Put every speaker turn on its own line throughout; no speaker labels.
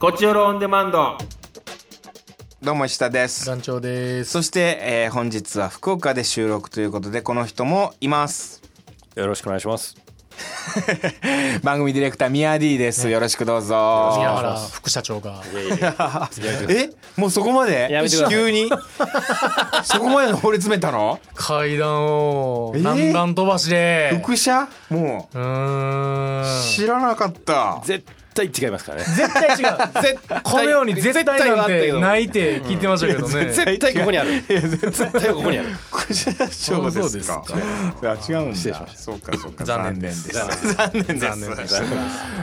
こちよろオンデマンド。
どうも石田です
団長です。
そして、えー本日は福岡で収録ということでこの人もいます
よろしくお願いします。
番組ディレクターミヤ D です、よろしくどうぞ
宮原副社長が。
えもうそこまで
やめてください
急 にそこまで掘り詰めたの
階段を
えー
南段飛ばしで。
副社も
うーん。
う知らなかった
絶対違いますからね。
絶対違う。このように絶対なんてないって聞いてましたけどね。
絶対ここにある。絶対ここにある。
副社長
そ
で
うですす
か
か
あ違うんだそうかそうか
残念です
残念です 残念です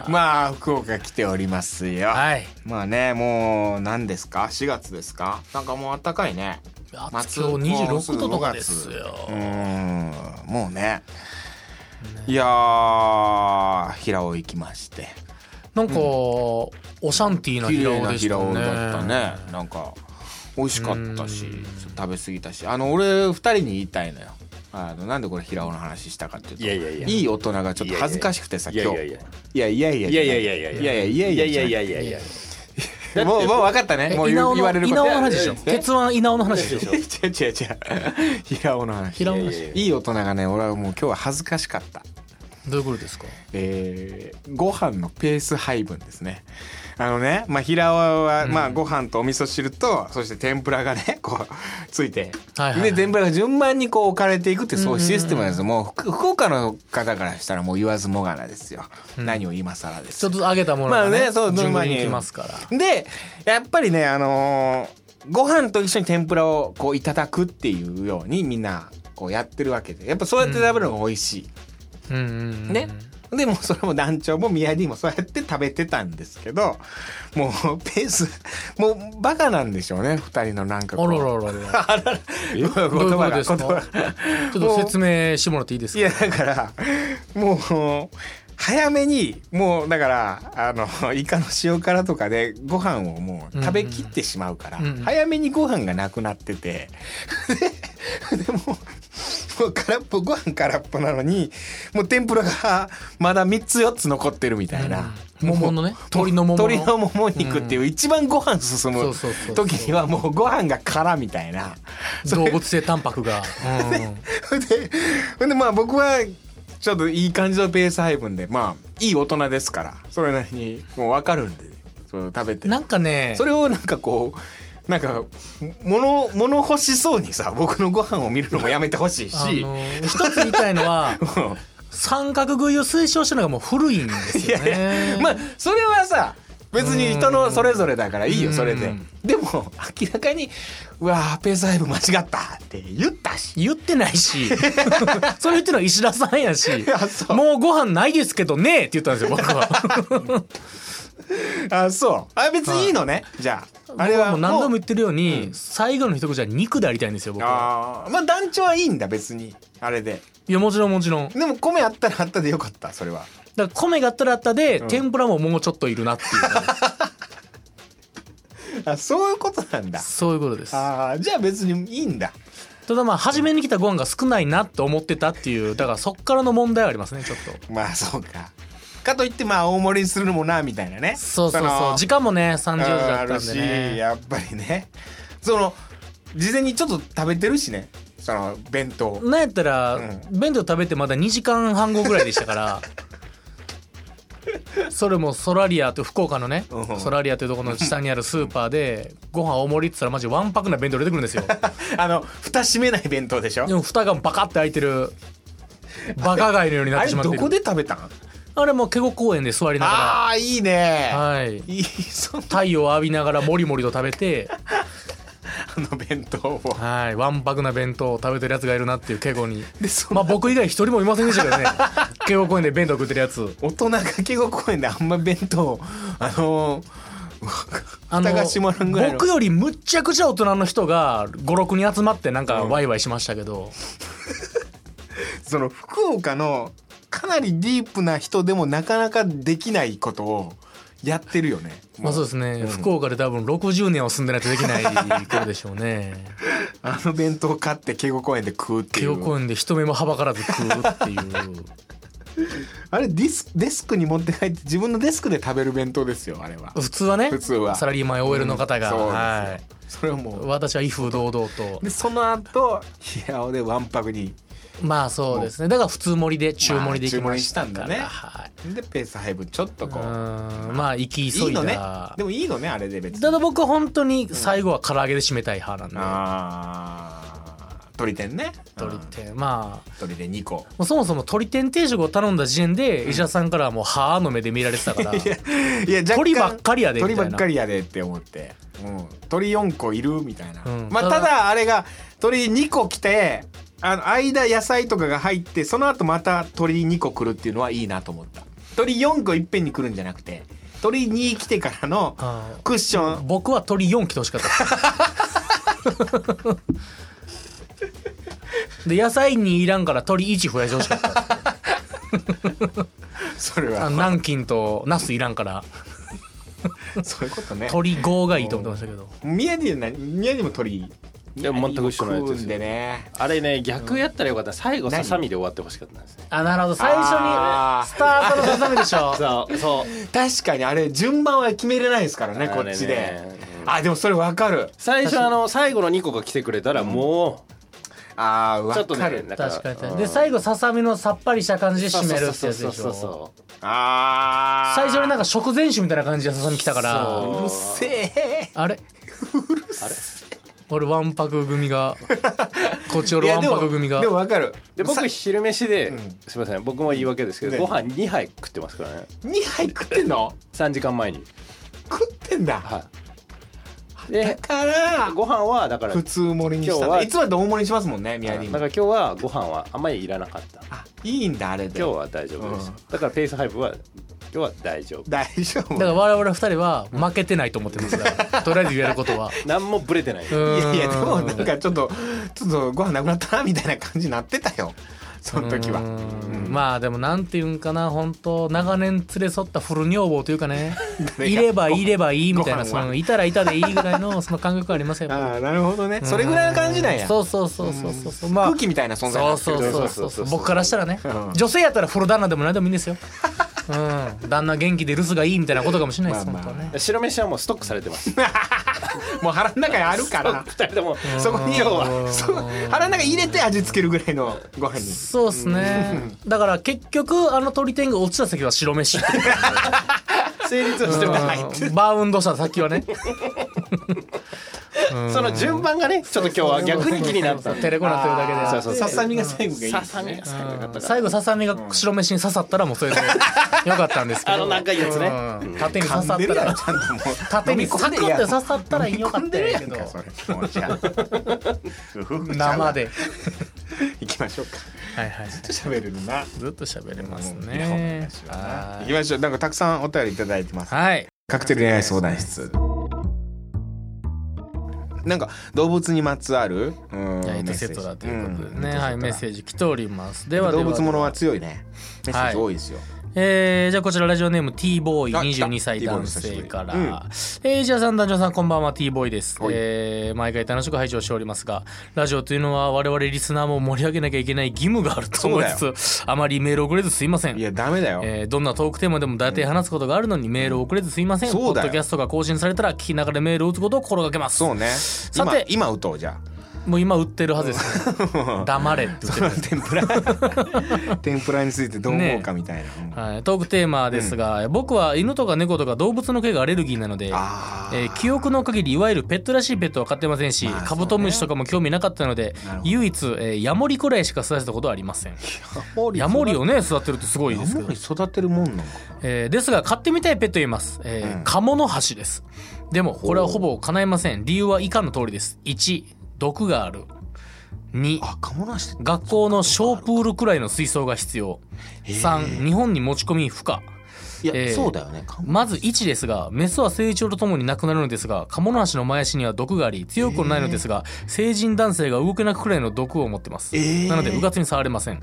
まあ福岡来ておりますよ
はい。
まあねもう何ですか4月ですかなんかもう暖かいね
松尾二十六度とかです
う
よ。
ーんもうねいやー平尾行きまして
なんかオシャンティーな
綺
平
麗
尾
な
でした
平尾
ね。
だったねなんか美味しかったし食べ過ぎたしあの俺2人に言いたいのよあのなんでこれ平尾の話したかっていうと
いやいやいや
い大人がちょっと恥ずかしくてさ
いやい
今
や
日
いや
いやいやいや
いやいやいやいや
いやいやいやいやいや
いやいや
もうもう分かったねもう言う言われること
稲尾の話でしょ。
え
鉄腕稲尾の話でしょ。
違う違う違う平尾の話
平尾の
いやい
話。
や
いい大人がね俺はもう今日は恥ずかしかった
どういうことですか。
えーご飯のペース配分ですねあのね、まあ、平尾は、まあ、ご飯とお味噌汁とそして天ぷらがね こうついて、
はいはいはい
で天ぷらが順番にこう置かれていくってそういうシステムなんですよ、もう福福岡の方からしたらもう言わずもがなですよ、何を今更です
ちょっと上げたもの
まあ
がね
ね、そう、
順
ま
番
あ
に行きますから。
で、やっぱりね、あのーご飯と一緒に天ぷらをこういただくっていうようにみんなこうやってるわけで、やっぱそうやって食べるのが美味しい。
うんうんうん。
ね。でもうそれも団長も宮城もそうやって食べてたんですけど、もうペース、もうバカなんでしょうね、二人のなんかこ
あ
う。
ららららら。
言
どういうこ
葉
と
が、
で
言
すか
葉が。
ちょっと説明してもらっていいです
い
か
や。だからもう早めにもうだからあのイカの塩辛とかでご飯をもう食べきってしまうから、
うんうん
早めにご飯がなくなってて、 ででもうもう空っぽご飯空っぽなのにもう天ぷらがまだ3つ4つ残ってるみたいな、
うんうん桃のね
もう
鶏の桃の
鶏のもも肉っていう一番ご飯進
そ
む
うそうそうそう
時にはもうご飯が空みたいな。
動物性タンパクが。う
ほんで、ほんでまあ僕は、ちょっといい感じのペース配分で、まあ、いい大人ですから、それなりに、もうわかるんで、そう食べて
ん。。なんかね
そ。れをなんかこう、なんか、物、物欲しそうにさ、僕のご飯を見るのもやめてほしい
あ
し、
のー一つ言いたい のは三角食いを推奨してるのがもう古いんですよね。
まあ、それはさ、別に人のそれぞれだからいいよ、
うん
それで。でも、明らかに、うわーペース配分間違ったって言ったし。
言ってないし それ言ってるのは石田さ んやし
やそう
もうご飯ないですけどねって言ったんですよ僕は
あ、そう。あ、別にいいのね。じゃ あ。あれは
もう何度も
もう
言ってるように、最後の一口は肉でありたいんですよ僕は
ああまあ団長はいいんだ別にあれで
いやもちろんもちろんだか
でも米あったらあったでよかったそれは
ら米があったらあったで、天ぷらももうちょっといる なっていう
あそういうこと なんだ
そういうことです
あーじゃあ別にいいんだ
ただまあ初めに来たご飯が少ないなと思ってたっていうだからそっからの問題はありますねちょっと
まあそうかかといってまあ大盛りにするのもなみたいなね
そうそう
の
そう時間もね30時だ
あ
った
る
んで
し
ね
やっぱりねその事前にちょっと食べてるしねその弁当
なんやったら、弁当食べてまだ2時間半後ぐらいでしたから それもソラリアと福岡のね
うん
ソラリアというところの下にあるスーパーでご飯大盛りって言ったらマジわんぱくな弁当出てくるんですよ
あの蓋閉めない弁当でしょ
でも蓋がバカって開いてるバカ貝のようになっ
あ
て
れ
しまって
ど
る
こで食べたん
あれもうケゴ公園で座りなが
ああいいね
らはい
いいその
太陽を浴びながらもりもりと食べて
あの弁当を
はいわんぱくな弁当を食べてるやつがいるなっていうケゴに
でその
まあ僕以外一人もいませんでしたけ どねケゴ公園で弁当食ってるやつ
大人が敬語公園であんま弁当あの
あの
蓋が閉まらんぐらいの
僕よりむっちゃくちゃ大人の人が56人集まってなんかワイワイしましたけど、
その福岡のかなりディープな人でもなかなかできないことをやってるよね。
まあそうですね、福岡で多分60年は住んでないとできないことでしょうね
あの弁当買って敬語公園で食うってい
慶
う。
応公園で人目もはばからず食うっていう
あれディスデスクに持って帰って自分のデスクで食べる弁当ですよあれは
普通はね
普通は
サラリーマン OL の方が、
そうですよ
はい
それはもう
私は威風堂々と
でその後平尾でわんぱくに
まあそうですねだから普通盛りで中盛りで行きました
ま
か
あ中盛りしたんだ
ら、
ね
はい
でペース配分ちょっと
う
こう
ーんまあ行き
い
急
い
い
の
だ
ねでもいいのねあれで別に
ただ僕は本当に最後は唐揚げで締めたい派なんで
あー鳥天ね
鳥
うん
天まあ
鳥天2個
もうそもそも鳥天定食を頼んだ時点で石田さんからはもう「はあ」の目で見られてた から
いや若干
鳥ばっかりやでみ
鳥
たいな
ばっかりやでって思って、うん、鳥4個いるみたいな、
うん
まあ
た
た
だ
だあれが鳥2個来てあの間野菜とかが入ってその後また鳥2個来るっていうのはいいなと思った鳥4個いっぺんに来るんじゃなくて鳥2来てからの
あー
クッション
僕は鳥4来てほしかったで野菜にいらんから鳥1増やしてほしか った
それ
あ
は
の南京とナスいらんから
そういうことね
鳥5がいいと思ってましたけど
宮城な宮城も鳥
いや全く一緒のやつですよ
食うんでね
あれね逆やったらよかった最後
何
ささみで終わってほしかったんですね
あなるほど最初に
あー
スタートのささみでしょ
そうそう
確かにあれ順番は決めれないですからねこっちで
あれねうん
あでもそれわかる
最初あの最後の2個が来てくれたらも
あー
う
わ
ちょっと
かる、
ねだら
確かに確か
う
に
ん
で最後ささみのさっぱりした感じで
そう
締めるってやつ
そう
でし
そうそう
ょ
そう
ああ
最初になんか食前酒みたいな感じでささみ来たから
そう
うるせえ
あれ俺わんぱく組がこっちおるわん
で
ぱ
も
く組が
でもわかる
で僕
さ
昼飯で、
ん
すいません僕も言い訳ですけど、
ね
ご飯2杯食ってますからね
2杯食ってんの
3時間前に
食ってんだ
はいで
から
ご飯はだから
普通盛りにした
今
ん
日は
だいつもだと大盛りにしますもんね宮
はい
城
だから今日はご飯はあんまりいらなかった
あいいんだあれで
今日は大丈夫です、
うん
だからペース配分は今日は大丈夫
大丈夫
だから我々二人は負けてないと思ってますからとりあえず言えることは
何もブレてない
い
いやいやでもなんかちょっとちょっとご飯なくなったなみたいな感じになってたよその時は
うんまあでもなんていうんかな本当長年連れ添った古女房というかね
誰
い
が
ればいればいいみたいな
ご飯
そ
は
のいたらいたでいいぐらいのその感覚がありますよやっぱ
ああなるほどねそれぐらいの感じなんや
そうそうそうそうそうそうまあ
空気みたいな存在に
そ
な
う
って
そ
る
うそう
そうそ
そう
うそう
僕からしたらね、
うん
女性やったら風呂旦那でも何でもいい んですようん旦那元気で留守がいいみたいなことかもしれないです、
まあまあ
本当ね
白飯はもうストックされてます
もう腹の中にあるから
二人とも
そこに要
う
は
ん
そう腹の中に入れて味付けるぐらいのご飯に
そうですねだから結局あの鳥天が落ちた先は 白飯っていう
成立はしてます
うんバウンドした先はね
その順番がねちょっと今日は逆に気になったんで
テレコなってるだけで
そうそう
ささみが最後がいい
ささみが最後よかったから
最後ささみが白飯に刺さったらもうそれでよかったんですけど
あの長いやつね
うん縦に刺さ
噛
っ
んで
た
るや
ら
んちゃん ともう
縦にサクって刺さったらよか
噛
っ
ん
た
で
ん
る
や
や
け
ん
ど
かそれもうじゃあ
生で
いきましょうか
はいはい
喋る な
ずっと喋れます
いやほんま
ね
にしような
はい
きましょうなんかたくさんお便りいただいてます
はい
カクテル恋愛相談室なんか動物にまつわるうん
エイト
メッセ
セ
ージ
ットだということで
うん
ね、はい、メッセージ来ております。ではで
動
は
物ものは強いねメッセージ多いですよ
えー、じゃあこちらラジオネーム T ボーイ
あ来た
22歳
T ボーイ
男
久しぶり
性から、
うん
えー、じゃあさん男女さんこんばんは T ボーイです、
はい
えー、毎回楽しく拝聴しておりますがラジオというのは我々リスナーも盛り上げなきゃいけない義務があると思いつつあまりメールをくれずすいません
いやダメだよ
えーどんなトークテーマでも大体話すことがあるのにメールを送れずすいません、
そうだよ
ポッドキャストが更新されたら聞きながらメールを打つことを心がけます
そうね
さて
今今打とうじゃ
もう今売ってるはずです、 ね、黙れって言って
あ
る
天ぷら 天ぷらについてどう思うかみたいな、うん
はい、トークテーマですが、僕は犬とか猫とか動物の毛がアレルギーなので、え
あー
ー記憶の限りいわゆるペットらしいペットは飼ってませんし、
まあ
カブトムシとかも興味なかったので、
なるほど
唯一、えーヤモリくらいしか育てたことはありま せんヤモリをね育てるってすごいですけ
ヤモ
ど
リ、育てるもんなのか
えーですが飼ってみたいペット言います、えー
うん
カモノハシですでもこれはほぼ叶いません理由は以下の通りです1毒がある2
あカモなして
学校の小プールくらいの水槽が必要3日本に持ち込み不可
いや、
えー
そうだよね。カモ
まず1ですが、メスは成長とともに亡くなるのですが、カモノハシの前足には毒があり、強くはないのですが、成人男性が動けなくくらいの毒を持ってます。なので、うかつに触れません。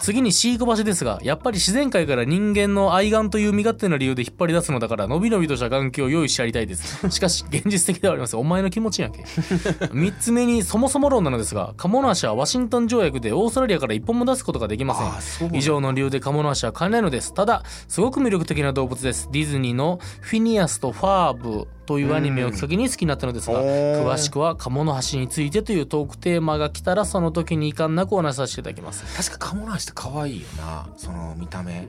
次に飼育場所ですが、やっぱり自然界から人間の愛玩という身勝手な理由で引っ張り出すのだから、のびのびとした眼球を用意してやりたいです。しかし、現実的ではありません。お前の気持ちやんけ。3つ目に、そもそも論なのですが、カモノハシはワシントン条約でオーストラリアから一本も出すことができません。以上の理由でカモノハシは買えないのですただすごく魅力的な動物ですディズニーの「フィニアスとファーブ」というアニメをきっかけに好きになったのですが詳しくはカモノハシについてというトークテーマが来たらその時に遺憾なくお話しさせていただきます
確かカモナシって可愛いよな。その見た目。
な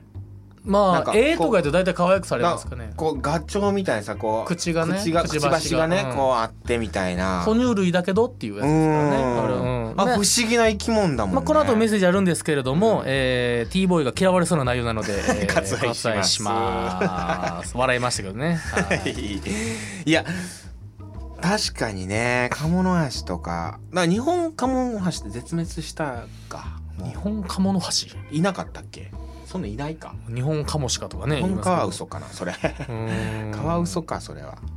ま
んか
あ
こう
絵とかやと大体可愛くされますかね
こうガチョウみたいなさこう
口がね
口が
く
く
ち
ち
ば
ば
し
し
が
がね
うん
こ
こうあってみたいな。
哺乳類だけどっていうやつですからね
うん
あれうん
あ
ね
不思議な生き物だもんね。
まあ、この後メッセージあるんですけれども、えー、T ボーイが嫌われそうな内容なので、えー
割愛します
割愛します笑いましたけどね、 はい
いや
確かにね、カモノハシとか。だから日本カモノハシって絶滅したか。も
日本カモノハシ
ういなかったっけそんなんいないか。
日本カモシカとかね
日本カワウ
ソ
ソかな、それ。カ
カ
ワウソか、それは。うん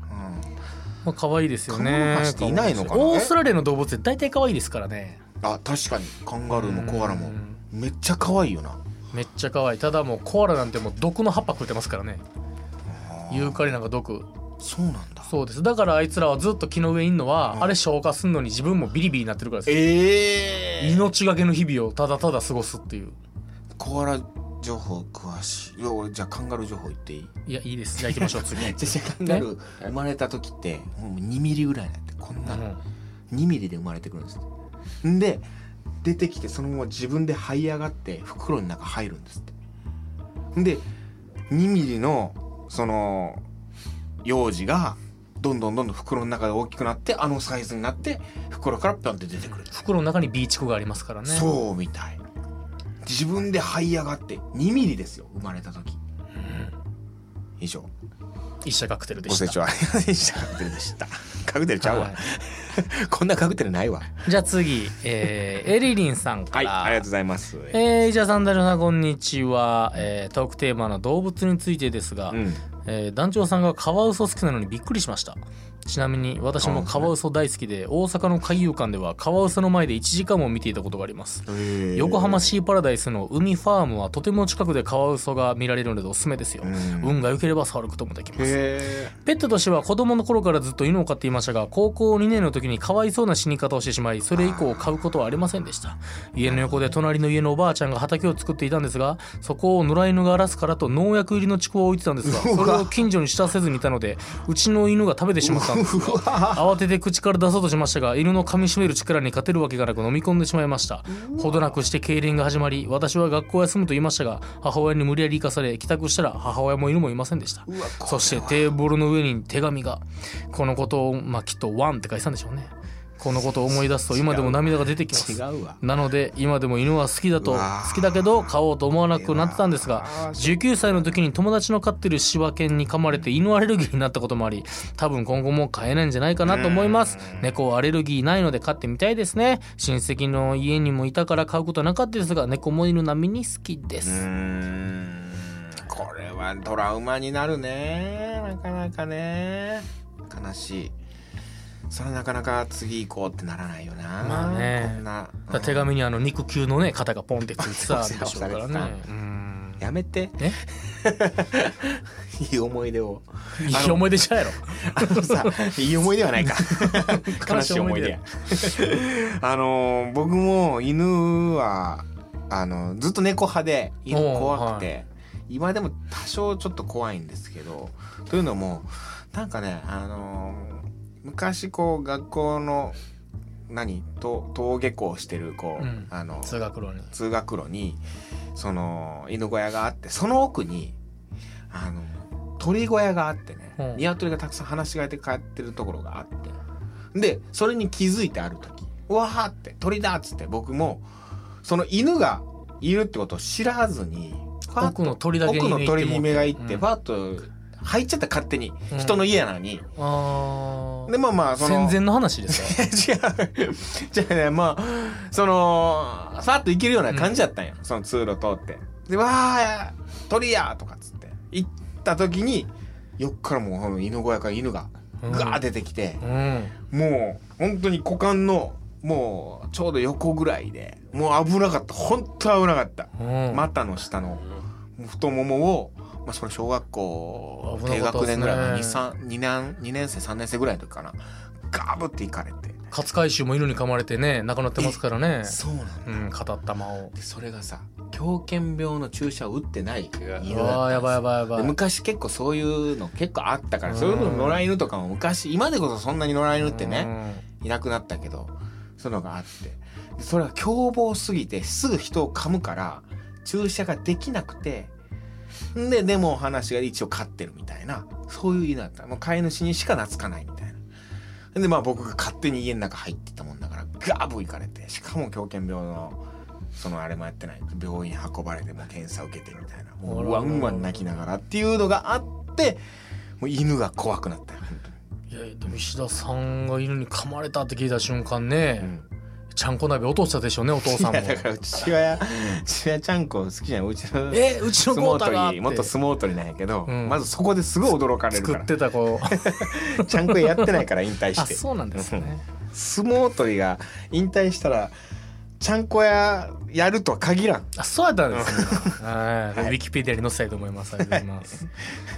まあ可愛いですよね
カモノハシっていないのかな
オーストラリアの動物って大体可愛いですからね
あ確かにカンガルーもコアラ
う
も
ん
めっちゃ可愛いよな
めっちゃ可愛いただもうコアラなんてもう毒の葉っぱ食ってますからねユーカリなんか毒
そうなんだ
そうですだからあいつらはずっと木の上にいんのは、あれ消化すんのに自分もビリビリになってるからですよ
ええ
命がけの日々をただただ過ごすっていう
コアラ情報詳しいいや俺じゃあカンガルー情報言っていい
いやいいですじゃあ行きましょう次、う
じゃあカンガルー生まれた時ってもう2ミリぐらいなんてこんなの
ん
2ミリで生まれてくるんですってんで出てきてそのまま自分で這い上がって袋の中入るんですってんで2ミリのその幼児がどんどんどんどん袋の中で大きくなってあのサイズになって袋からピョンって出てくる
袋の中にビーチコがありますからねう
そうみたい自分で這い上がって2ミリですよ生まれた時、以上
一社カクテルで
ご
した
清聴ありがとうございましたカクテルでしたカクテルちゃうわ、
はい
こんなカクテルないわ
じゃあ次、えー、エリリンさんか
はい
ら、
ありがとうございます
えー、じゃあサンダルさんこんにちは、えー、トークテーマの動物についてですが、
うん
えー団長さんがカワウソ好きなのにびっくりしましたちなみに私もカワウソ大好きで大阪の海遊館ではカワウソの前で1時間も見ていたことがあります横浜シーパラダイスの海ファームはとても近くでカワウソが見られるのでおすすめですよ、運が良ければ触ることもできます
へ
ペットとしては子供の頃からずっと犬を飼っていましたが高校2年の時にかわいそうな死に方をしてしまいそれ以降飼うことはありませんでした家の横で隣の家のおばあちゃんが畑を作っていたんですがそこを野良犬が荒らすからと農薬入りのちくわを置いてたんですがそれを近所に知らせずにいたのでうちの犬が食べてしまったんですが慌てて口から出そうとしましたが犬の噛みしめる力に勝てるわけがなく飲み込んでしまいましたほどなくして痙攣が始まり私は学校を休むと言いましたが母親に無理やり行かされ帰宅したら母親も犬もいませんでしたそしてテーブルの上に手紙がこのことをまあきっと「ワン」って書いてたんでしょうねこのことを思い出すと今でも涙が出てきます
違うわ
なので今でも犬は好きだと
うわー
好きだけど飼おうと思わなくなってたんですが19歳の時に友達の飼ってる柴犬に噛まれて犬アレルギーになったこともあり多分今後も飼えないんじゃないかなと思います猫はアレルギーないので飼ってみたいですね親戚の家にもいたから飼うことはなかったですが猫も犬並みに好きで
う
す
んこれはトラウマになるねなかなかね悲しいそれはなかなか次行こうってならないよな
まあね
こんな、
だから手紙にあの肉球のね肩がポンってついてたんでしょうから
お世話され
ね
て
うん
やめて
え
いい思い出を
いい思い出じゃないやろ
あのさいい思い出はないか悲しい思い出やあの僕も犬はあのずっと猫派で犬怖くて、
お
今でも多少ちょっと怖いんですけどというのもなんかねあの昔こう学校の何と登下校してるこう、
うん
あの
通学路に
通学路にその犬小屋があってその奥にあの鳥小屋があってね、
うん
鶏がたくさん放し飼いで飼ってるところがあってでそれに気づいてある時「うわー!」って「鳥だ!」っつって僕もその犬がいるってことを知らずにふわっと
奥の鳥だけ
奥の鳥に目がいって
うん
バーッと入っちゃった勝手に、
うん
人の家なのに。
あー
でまあまあその
戦前の話です か
違う。じゃあね、まあ、その、さっと行けるような感じだったんや。その通路通って。で、わあ、鳥やとかっつって。行っった時に横からもうこの犬小屋から犬がガー出てきて、
うん
もう本当に股間のもうちょうど横ぐらいでもう危なかった本当危なかった、
うん
股の下の太ももを、まあ、それ小学校低学年ぐらいの
危なかったですね
2, 2, 年2年生3年生ぐらいの時かなガブっていかれて、
勝海舟も犬に噛まれてね亡くなってますからね
そうなんだ
うん語った魔を
でそれがさ狂犬病の注射を打ってない犬だったんです
う
よ
わーやばいやばいやば
で
い
昔結構そういうの結構あったから
うん
そういうの野良犬とかも昔今でこそそんなに野良犬って
う
ね
ん
いなくなったけどそういうのがあってでそれは凶暴すぎてすぐ人を噛むから注射ができなくてんででもお話が一応飼ってるみたいなそういう犬だったもう飼い主にしか懐かないみたいなでまあ僕が勝手に家の中入ってたもんだからガーブ行かれてしかも狂犬病のそのあれもやってない病院運ばれてもう検査受けてみたいなもうワンワン泣きながらっていうのがあってもう犬が怖くなったよ本当に
いやでも石田さんが犬に噛まれたって聞いた瞬間ね、
うん
ちゃんこ鍋落としたでしょうねお父さんも
いやだからうちはちはちゃんこ好きじゃないうちの
えうちの
相
コータが
撲
っ
取り元
て
相撲取りなんやけど、
うん
まずそこですごい驚かれるか
作
ら
ってた子
ちゃんこやってないから引退
あ
して
そうなんですね
相撲取りが引退したらちゃんこややるとは限らん
あそうやったんですね はいウィキペディアに載せたいと思いますありがとうございます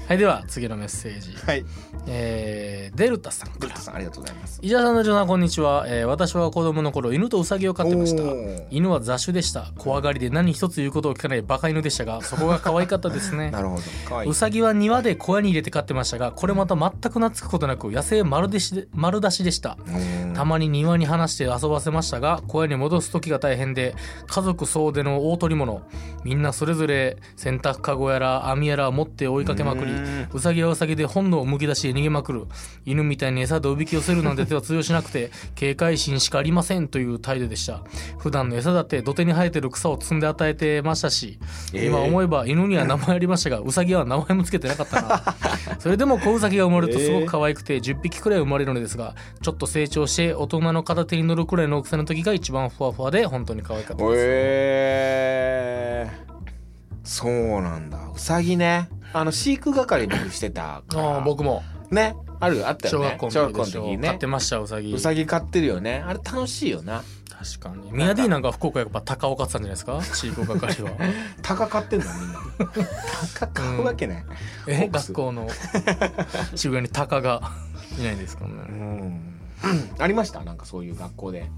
はいでは次のメッセージ
はい
えーデルタさん
ルットさんありがとうございます
伊沢さんのジョナこんにちは、えー私は子供の頃犬とウサギを飼ってました
おー
犬は雑種でした怖がりで何一つ言うことを聞かないバカ犬でしたがそこが可愛かったです ね
なるほどかわいいう
さぎは庭で小屋に入れて飼ってましたがこれまた全く懐くことなく野生丸出しで丸出しでした
うん
たまに庭に放して遊ばせましたが小屋に戻す時が大変で家族総出の大取り物みんなそれぞれ洗濯かごやら網やらを持って追いかけまくり
うん
うさぎはうさぎで本能をむき出しで逃げまくる犬みたいに餌でおびき寄せるなんて手は通用しなくて警戒心しかありませんという態度でした普段の餌だって土手に生えてる草を摘んで与えてましたし
えー
今思えば犬には名前ありましたがうさぎは名前もつけてなかった なそれでも子うさぎが生まれるとすごく可愛くて10匹くらい生まれるのですがちょっと成長して大人の片手に乗るくらいの大きさの時が一番ふわふわで本当に可愛かったです
えーそうなんだうさぎねあの飼育係僕してたか
あ
ら
あ僕も
ねあるあった
小
よね
学校の時でし
小
ょ
学校の時
飼っ
ね
てましたうさぎ
うさぎ飼ってるよねあれ楽しいよな
確かに宮 D なんか福岡やっぱ高岡さんじゃないですか 飼育係は
鷹飼ってんのみ んな鷹飼うわけない、
え
ホークス
学校の 渋谷に鷹がいないんですからね
うん、ありましたなんかそういう学校で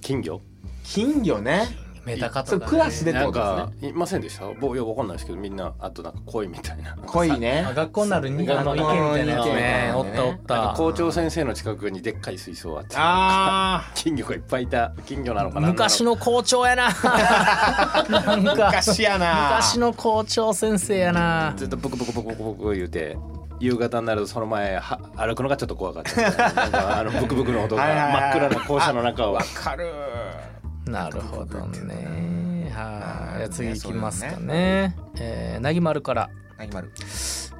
金魚
金魚ね
メダカ
そ
と
う
か、ね、
クラスでって
な
こ
ん
と
かいませんでした僕よくわかんないですけどみんなあとなんか恋みたいな
ですね濃い
あ
ね
学校になるにあの
学
池
校
み
の
たい
池
なやつ
みたい
ね
な
お
の
っ
ね
たおっ
なんか
た
校長先生の近くにでっかい水槽あって
あ
金魚がいっぱいいた金魚なのかな
昔
の
の校長やな なん
ー
か
昔やな
昔の校長先生やな
ずっとブクブクブクブクブク言うて夕方になるとその前は歩くのがちょっと怖かったみたいななんかあのブクブクの音が
はいはいはい
真っ暗な校舎の中を
わかる
なるほどねはいじゃあ次いきますか
そうだ
ねえーなぎまるから
何丸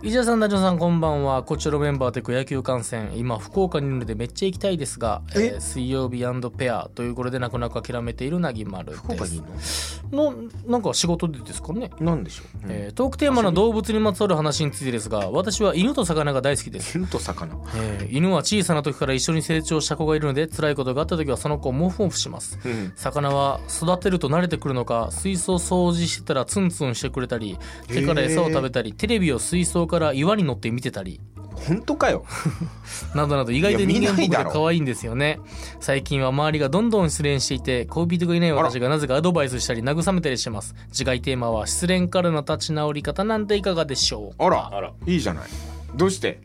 伊沢さん、ダジョさん、こんばんは。こちらのメンバーで野球観戦、今、福岡にいるのでめっちゃ行きたいですが、えー水曜日ペアということで、なくなく諦めているなぎまる
福
で
岡にい
す
る。
の、なんか仕事でですかね、
のなんでしょう、
えートークテーマの動物にまつわる話についてですが、私は犬と魚が大好きです。
犬と魚
えー犬は小さな時から一緒に成長した子がいるので、辛いことがあった時はその子をモフモフします。
うん
魚は育てると慣れてくるのか水槽掃除してたらツンツンしてくれたり手から餌を食べたりテレビを水槽から岩に乗って見てたり
本当かよ
などなど意外と
いや見な
人間っぽ
い
く
だ
て
ろ
可愛いんですよね最近は周りがどんどん失恋していて恋人がいない私がなぜかアドバイスしたり慰めたりしてます次回テーマは失恋からの立ち直り方なんていかがでしょう
あら
あら
いいじゃないどうして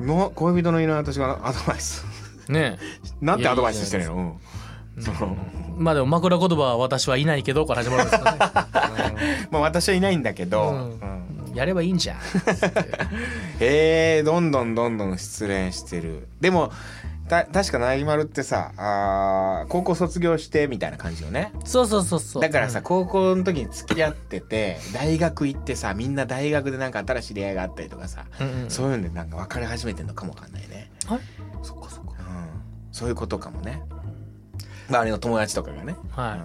の恋人のいない私がアドバイス
ね
なんてアドバイスしてるのうんその
えまあでも枕言葉は私はいないけどから始まるんですか
まあ私はいないんだけど、
うん
うん
ねやればいいんじゃん
へえどんどんどんどん失恋してるでもた確かなぎまるってさあー高校卒業してみたいな感じよね
そうそうそうそう
だからさ高校の時に付き合ってて大学行ってさみんな大学でなんか新しい出会いがあったりとかさ、
うんうん
そういうのでなんか別れ始めてんのかもわかんないね、
はいそっかそっか
うん、そういうことかもね周りの友達とかがね、
はい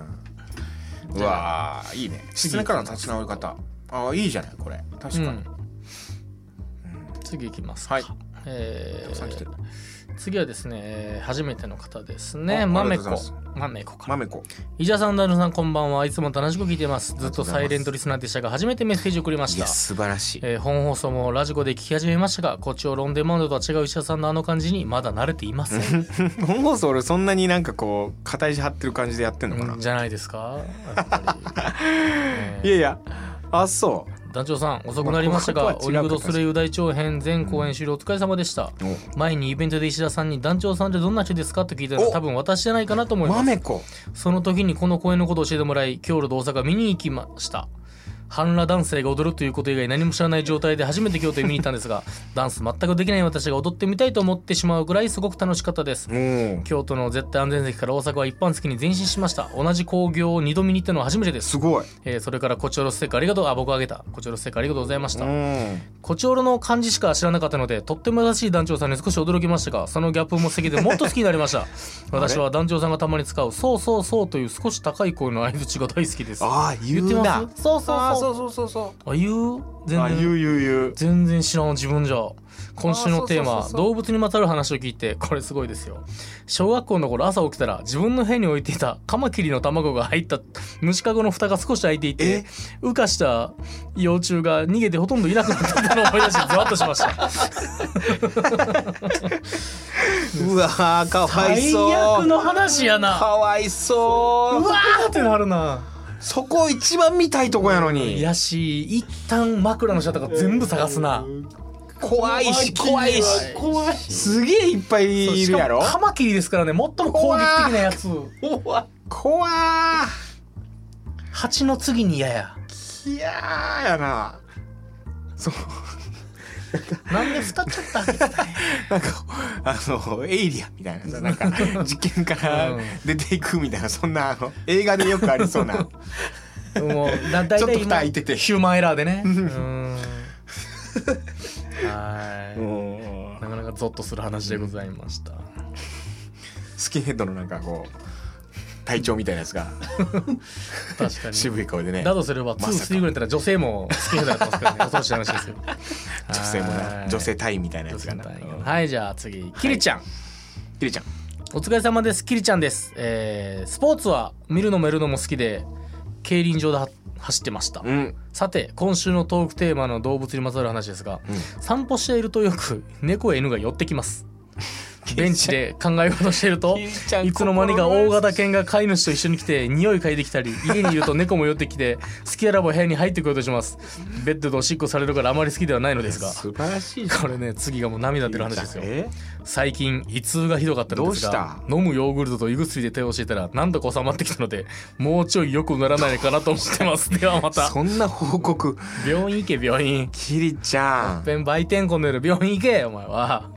うんうわーいいね失恋からの立ち直り方ああいいじゃないこれ確かに、
うん次いきますか、
はい
えー
さっき来てる
次はですねえー初めての方です
ああ
ね
りがとう
まめ
ご
こ
ざいます
まめこから
豆子
伊沢さんダルさんこんばんはいつも楽しく聞いてますずっとサイレントリスナーでしたが初めてメッセージをくれました
素晴らしい
えー本放送もラジコで聞き始めましたがこっちをロンデマンドとは違う石田さんのあの感じにまだ慣れていませ ん
本放送俺そんなになんかこう片石張ってる感じでやってんのかな、
じゃないですかやっぱりねえ
いやいやあそう
団長さん遅くなりました
まあ
が
ここ
オ
は違う
リグドスレイウ大長編全公演終了お疲れ様でした前にイベントで石田さんに「団長さんってどんな人ですか?」と聞いたら
お
多分私じゃないかなと思いま
ますめこ
その時にこの公演のことを教えてもらい、京都と大阪見に行きました。半裸男性が踊るということ以外何も知らない状態で初めて京都へ見に行ったんですが、 ダンス全くできない私が踊ってみたいと思ってしまうぐらいすごく楽しかったです。
うん
京都の絶対安全席から大阪は一般席に前進しました。同じ興行を二度見に行ったのは初めてです。
すごい
えーそれからコチョロステッカーありがとう。あ、僕あげた。コチョロステッカーありがとうございました
う。ん
コチョロの漢字しか知らなかったのでとっても優しい団長さんに少し驚きましたがそのギャップも素敵でもっと好きになりました 私は団長さんがたまに使う「そうそうそう」という少し高い声の相づちが大好きです
ああ言
って
うんだ
ますそうそうそう
うそうそうそう
あ言う全
あ言
然
う言う言う
全然知らん自分じゃ今週のテー
あ
マ
そうそうそ
「
うそう
動物にまつわる話」を聞いてこれすごいですよ小学校の頃朝起きたら自分の部屋に置いていたカマキリの卵が入った虫かごの蓋が少し開いていて羽化した幼虫が逃げてほとんどいなくなっていたのを思い出してゾワッとしました
うわーかわい
最
そう
悪の話や
か
な
わいそう
うわーってなるな
そこ一番見たいとこやのに
やし一旦枕の下とか全部探すな
怖いし怖いし
怖い
すげえいっぱいいるやろ
カマキリですからね最も攻撃的なやつ
怖ー
蜂の次に嫌や
いやーやな
なんで蓋ちょっと開けてたんや
なんかあのエイリアンみたいな さなんか実験から
うん
出ていくみたいなそんなあの映画でよくありそう な
もうだだい
ちょったと蓋
い今
開いてて
ヒューマンエラーでねうーんは
う
ー
ん
いなかなかゾッとする話でございました
スキンヘッドのなんかこう隊長みたいなや つが
確かに
渋い顔でね
だとすれば2、
まさか
3ぐらいだったら女性も好きになってますからね。恐ろしい話ですよ。
女性も
は
ない女性隊員みたいなや
女
つ
性
が
み
な
たいな
うん
はい、じゃあ次。キリちゃん。
キリちゃん
お疲れ様です。キリちゃんです。えースポーツは見るのもやるのも好きで、競輪場では走ってました。
うん
さて、今週のトークテーマの動物にまつわる話ですが、散歩しているとよく猫や犬が寄ってき ます。ベンチで考え事していると、いつの間にか大型犬が飼い主と一緒に来て匂い嗅いできたり、家にいると猫も寄ってき て、好きあらば部屋に入ってこようとします。ベッドでおしっこされるからあまり好きではないのですが。
素晴ら しい
これね、次がもう涙出る話ですよ。
え
最近胃痛がひどかったのですが
ど
飲むヨーグルトと胃薬で手を教えたら何とか収まってきたのでもうちょい良くならないかなと思ってますではまた
そんな報告
病院行け病院
キリちゃん
ペン売店混んでる病院行けお前は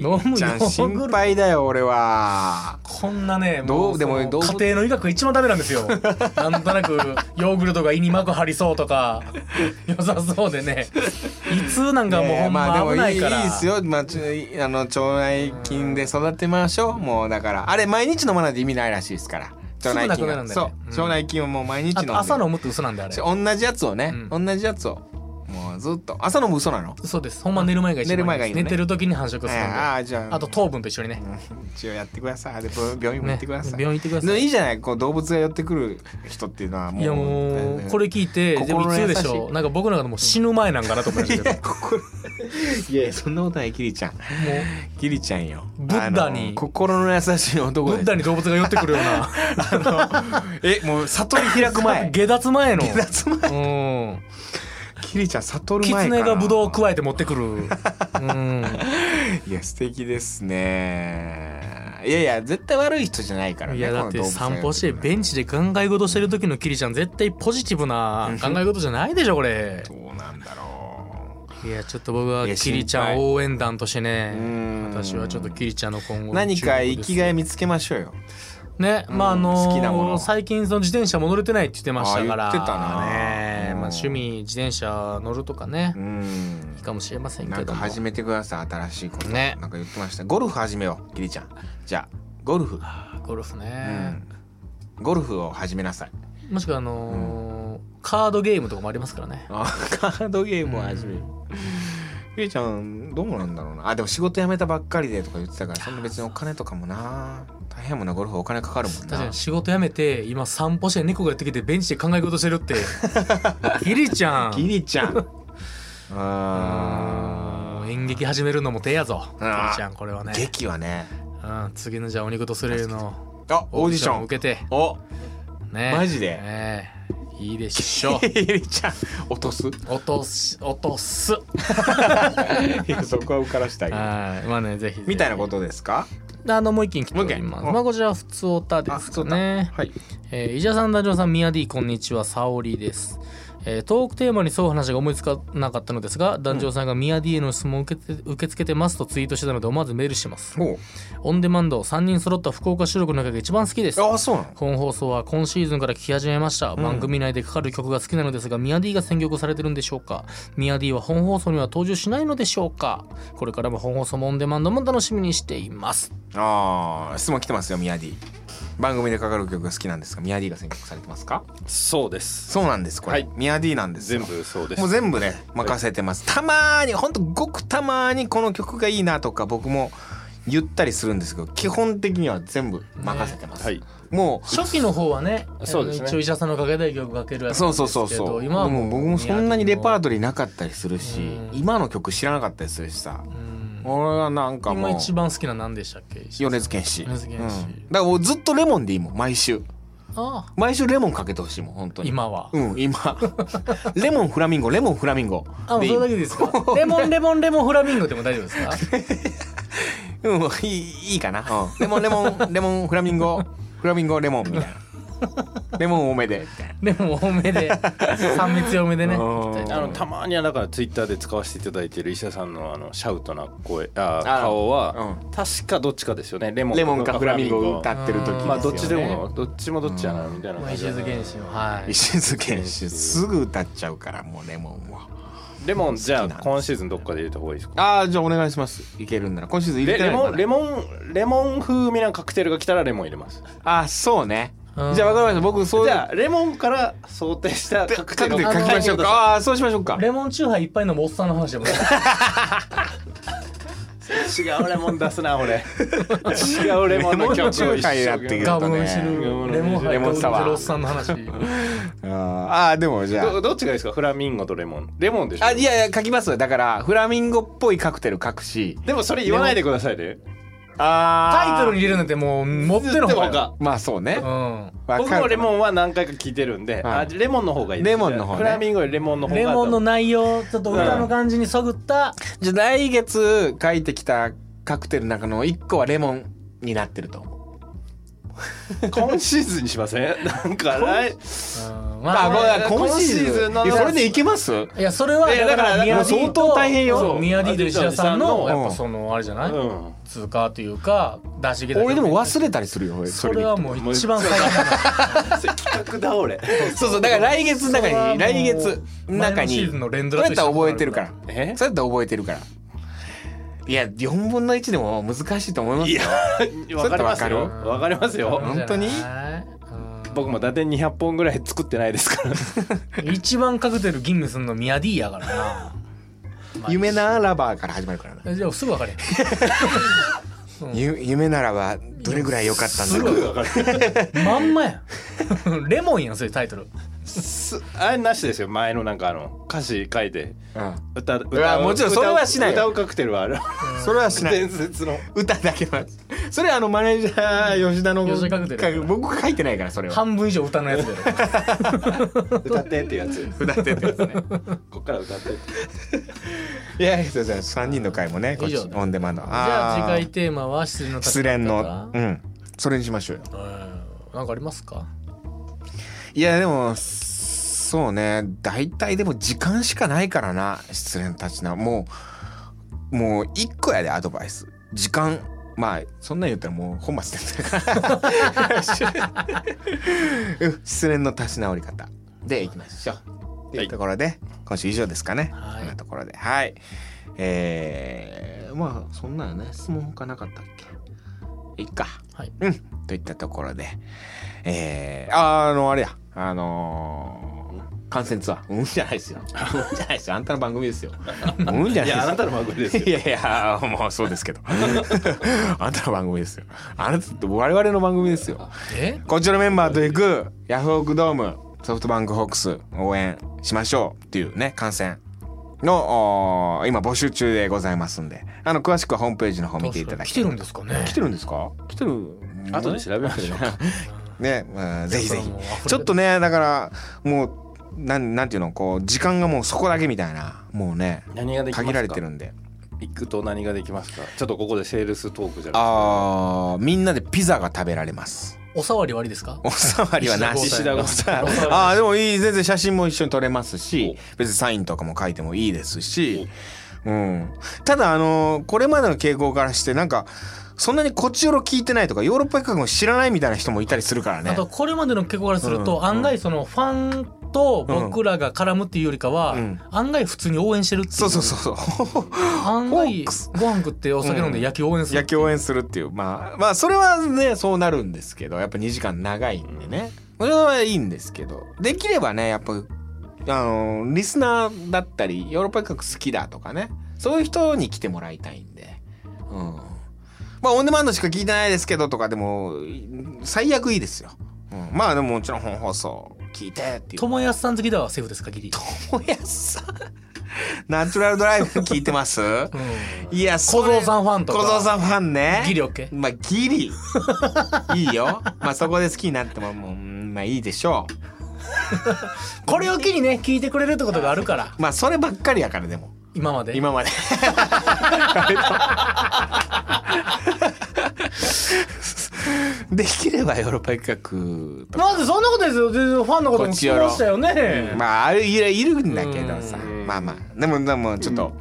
飲むヨ
ちゃん
ーグ
心
ルト
配だよ俺は
こんなね
どう
もう
でも
その
どう
家庭の医学が一番ダメなんで すよなんとなくヨーグルトが胃に膜張りそうとか 良さそうでね胃痛なんかもう
ね
ほ
え
ん
まあで
ま
も
危ないい
いい
から、
いですよ、まあ、ちょあの腸内菌で育てましょうもうだからあれ毎日飲まないと意味ないらしいですから腸内
すぐなく
菌
なるんだ
そう
よねうん
腸内菌をもう毎日飲
あ
んで
と朝飲むって嘘なんであれ
同じやつをね、同じやつをもうずっと朝飲む嘘なの
そうですほんま寝る前が一番
寝る前がいいのね
寝てる時に繁殖するんで
ああじゃあ
あと糖分と一緒にね。
一応やってくださいで病病院も行
ね
ってください、
病院行ってくだ
で
さ
も
い。
いいじゃないこう動物が寄ってくる人っていうのはもう
い
い
やもう これ聞いてで
心
も
の
い
優
つ
しい
でしょうなんか僕なんかもう死ぬ前なんかな と思いましたけど
いやいやそんなことないキリちゃんもうキリちゃんよ
ブッダに
あの心の優しい男
ブ
で
ッ
す
ダに動物が寄ってくるよう な
えもう悟り開く前
下脱前の
夏前
うん
キリちゃん悟る前かな
狐がブドウを加えて持っ てくるうん
いや素敵ですねいやいや絶対悪い人じゃないからね
いやだって散歩してベンチで考え事してる時のキリちゃん絶対ポジティブな考え事じゃないでしょこれ
どうなんだろ
いやちょっと僕はい
や
キリちゃ
心配
ん応援団としてね
ん
私はちょっとキリちゃんの今後
う
に
何か生
注目です
きがい見つけましょうよ
ね、まああの
好きなもの
最近その自転車も乗れてないって言ってましたから
あ言ってたなう
ね
ん
まあ、趣味自転車乗るとかね、
う
い
ん
いかもしれませんけ
なんか
ども
始めてください新しいこと
ね
なんか言ってましたゴルフ始めようキリちゃんじゃあゴルフ
ゴルフ
う
ね
ん、ゴルフを始めなさい
もしくはあのーもカードゲームとかもありますからね
あカードゲームを始める。
ゆいちゃんどうなんだろうなあでも仕事辞めたばっかりでとか言ってたからそんな別にお金とかもな大変やもんなゴルフお金かかるもん
確か
な
に仕事辞めて今散歩して猫がやってきてベンチで考え事してるって キリちゃ
ギ
ん
リちゃん あ
もう演劇始めるのも手やぞキリ
あー
ちゃんこれは
ー
ね、
劇はね
うん、次のじゃあお肉とすれるの
あオーディション
受けて
お
ね
マジで
ねいいでしょ
ギリちゃん落とす
落とす落とす
そこは受からしたい
はいまあねぜひぜひ
みたいなことですか
あのもう一件来ており
もう一
ます
件お
まあこちらは普通オタですかね
はい
えー、伊者さん、ダジョウさん、ミヤディ、こんにちは、沙織です。えー、トークテーマに沿う話が思いつかなかったのですが、ダンジョウさんがミヤディへの質問を受けて受け付けてますとツイートしてたので、思わずメールします。
おう
オンデマンド、3人揃った福岡収録の中が一番好きです。
ああそうなの
本放送は今シーズンから聞き始めました、番組内でかかる曲が好きなのですがミヤディが選曲されてるんでしょうかミヤディは本放送には登場しないのでしょうかこれからも本放送もオンデマンドも楽しみにしています
ああ質問来てますよミヤディ番組でかかる曲が好きなんですがミヤディが選曲されてますか
そうです
そうなんですこれ、
はい
ミヤディなんですよ
全部そうです
もう全部ね任せてます、たまーにほんとごくたまーにこの曲がいいなとか僕も言ったりするんですけど基本的には全部任せてます、
はい
も
初期の方はね
そうですね
あの一応医者さんのかけたい曲かけるや
う
つな
そ
ん
う
です
そ
け
う
ど
そうそう
今は
でも僕もそんなにレパート
リ
リーなかったりするし
うん
今の曲知らなかったりするしさ俺はなんかも
今
う
一番好きな何でしたっけ
米津玄師
米津玄
うん
師
だからもうずっとレモンでいいもん毎週
あ
毎週レモンかけてほしいもん本当
あ
に
今は、
うん 今レモンフラミンゴレモンフラミンゴ
あもう
でい
そ
い
れだけでいいです かレモンレモンレモンフラミンゴでも大丈夫ですか
うん、いいいいかな、レモンレモンレモンフラミンゴフラミンゴレモンみたいなレモン多めでみたいな
レモン多 めで三密多めでね
うん
いきたいと
あ
思
の
います
たまにはだからツイッターで使わせていただいてる医者さんのあのシャウトな声あ
あ
顔は、
う
確かどっちかですよねレモン
レモンかフラミンゴ歌ってる時
う
ですよ、
ん
ね、
まあどっちで
ですよ
もどっちもどっちやなみたいな
まあ
感じ
石
で
津原氏のはい
石津玄師すぐ歌っちゃうからもうレモンは
レモンじゃ
好
あ
きなんです
今シーズンどっかで入れた方がいいですか
ああじゃあお願いしますいけるんなら今シーズン入
レ
れてな
レ
いの
モン
かな
レモンレモン風味なカクテルが来たらレモン入れます
あーそうね
うん
じゃあわかりました僕そう
じ
いう
ゃあレモンから想定したカク
カ
テ
ク
ル
テル
を
書きましょうかああーそうしましょうか
レモンチューハイいっぱい飲むおっさんの話でも
違うレモン出すな 俺違うレモンの曲を一
レモ
生
ンチューハイやっ
懸
てる
命
ガブ飲みしてるレモンハイ
レ
ガブ
モ
飲
ン
みし
サ
て
ワー
るおっさんの話
あーあーでもじゃあ
どどっちがいいですかフラミンゴとレモンレモンでしょ
あいやいや書きますよだからフラミンゴっぽいカクテル書くし
でもそれ言わないでくださいね
あ
タイトル
に
に入れるなんてもう持ってのほ
でも
か
他
まあそうね、
う
わかる
僕もレモンは何回か聞いてるんで、
はい
あレモンの方がいいです
レモンの方ね
フラミンゴよりレモンの
ん
方が
レモンの内容ちょっと歌の感じにそぐった
じゃあ来月書いてきたカクテルの中の1個はレモンになってると思
今シーズンにしません なんか来
うん
う。
ま
あ、
あ
これ
これ
今シー
今シー
ズ
ズ
ン
ン
の
の
いやそれでいけます
いやそれは
ねだ
だから
から
宮
もう相当大変よ
宮ディと石田さんの
うん
やっぱそのあれじゃない
うん
通貨というか出し入れだけ
俺でも忘れたりするよ俺
それはもう一番
もう
最悪
企画だ俺
そうそうだから来月の中
それはもう
に来月の中
前のシ
に
ーズンの連ド
そう
ラ
や
と
った
一緒
ら
に
覚えてるから
え
そうやったら覚えてるからいや4分の1でも難しいと思いますよ
わかりますよ
わ
かる
わかりますよ
本当に
じゃない
僕も打点200本ぐらい作ってないです から
うん一番カクテル吟味すんのミヤディやからな
夢ならばから始まるからな
えじゃあすぐ分かれへん
ゆ夢ならばどれぐらい良かったんだろう
まんまやん レモンやんそれタイトル
すあれなしですよ前のなんかあの歌詞書いて
うん
歌歌
うわもちろんそれはしないよ
歌うカクテルはある
それはし ない
伝説 の
歌だけはそれあのマネージャー吉田の
吉田カクテル
か僕が書いてないからそれは
半分以上歌のやつ だよ
歌ってってやつ
歌ってってやつ ね
こっから歌って って
いやいやそうそう三人の回もねこっち
以上
オンデマンド
じゃあ次
ー
回テーマは失恋の
失恋のうんそれにしましょうよ
うんなんかありますか
いやでもそうね大体でも時間しかないからな失恋たちなもうもう一個やでアドバイス時間まあそんなん言ったらもう本末転倒だから うん失恋の立ち直り方でいきましょうというところで、今週以上ですかね、
はい
こんなところではいえー、まあそんなんやね質問他なかったっけいっか
はい
うんといったところでえー、あーあのあれやあのー観戦ツアーうんじゃないですようんじゃないですよあんたの番組ですよ うんじゃない
い
です
やあ
よ
なたの番組ですよ
いやいやもうそうですけど あんたの番組ですよあなたって我々の番組ですよ
え
こちらのメンバーと行くヤフオクドームソフトバンクホークス応援しましょうっていうね観戦のおー今募集中でございますんであの詳しくはホームページの方見ていただき
来てるんですかね
来てるんですか来てる
後で調べましょう
ね、まあ、ぜひぜひ
もう溢れてる
ちょっとねだからもうなんなんていうのこう時間がもうそこだけみたいなもうね
何ができますか
限られてるんで
行くと何ができますかちょっとここでセールストークじゃな
あーみんなでピザが食べられます
おさわりはありですか
おさわりはなし
石田五歳
おさわり
ああでもいい全然写真も一緒に撮れますし別にサインとかも書いてもいいですし、うん、ただあのーこれまでの傾向からしてなんかそんなにこっちよろ聞いてないとかヨーロッパ企画も知らないみたいな人もいたりするからね
あとこれまでの結果からすると案外そのファンと僕らが絡むっていうよりかは
うん
案外普通に応援してるっていう
そうそうそうそう
案
ホ
外
ークス
ご飯食ってお酒飲んで野球応援する
野球応援するっていうまあまあそれはねそうなるんですけどやっぱ2時間長いんでねそれはいいんですけどできればねやっぱあのーリスナーだったりヨーロッパ企画好きだとかねそういう人に来てもらいたいんでうんまあオンデマンドしか聞いてないですけどとかでも最悪いいですよ、うん、まあでももちろん本放送聞いてっていう
友安さん好きだはセーフですかギリ、
友やさんナチュラルドライブ聞いてます
うん、
いや
小僧さんファンとか
小僧さんファンね
ギリオッケー
まあギリ いいよまあそこで好きになってももううんまあいいでしょ
これを機にね聞いてくれるってことがあるから
うまあそればっかりやからでも
今まで
今まで できればヨーロッパ企画と
なんでそんなことですよ全然ファンの方も聞きましたよね、
まああるいるいるんだけどさ
うん
まあまあでもでもちょっと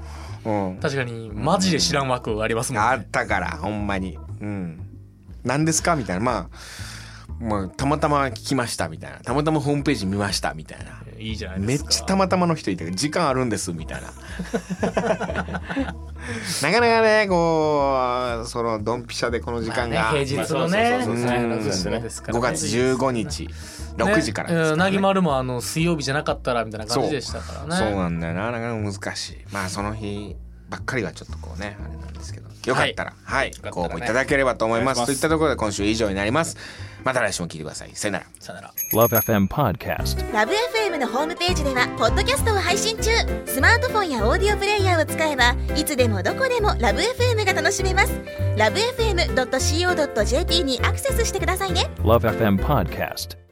うん
確かにマジで知らん枠ありますもん
あ
ね
ったからほんまにうん何ですかみたいなまあまあたまたま聞きましたみたいなたまたまホームページ見ましたみたいない
いじゃない
め
で
っ
すか
ちゃたまたまの人いたけど時間あるんですみ たいななかなかねこうそのドンピシャでこの時間が、
まあね平日のね
まあそうそうそうそう
うん
そうですね
ですから
5
ね
月15日6時からです
ね
か
う
らね
んなぎまるもあの水曜日じゃなかったらみたいな感じでしたからね
そうなんだよななかなか難しいまあその日ばっかりはちょっとこうねあれなんですけどよかったらはい、
かった
ご
ら
応
ね
募いただければと思います
お願いします
といったところで今週以上になりますまた来週も聞いてくださいさよなら
さよなら
Love FM Podcast.
ラブ f m のホームページではポッドキャストを配信中スマートフォンやオーディオプレイヤーを使えばいつでもどこでもラブ f m が楽しめますラブ FM.co.jp にアクセスしてくださいね
Love FM Podcast.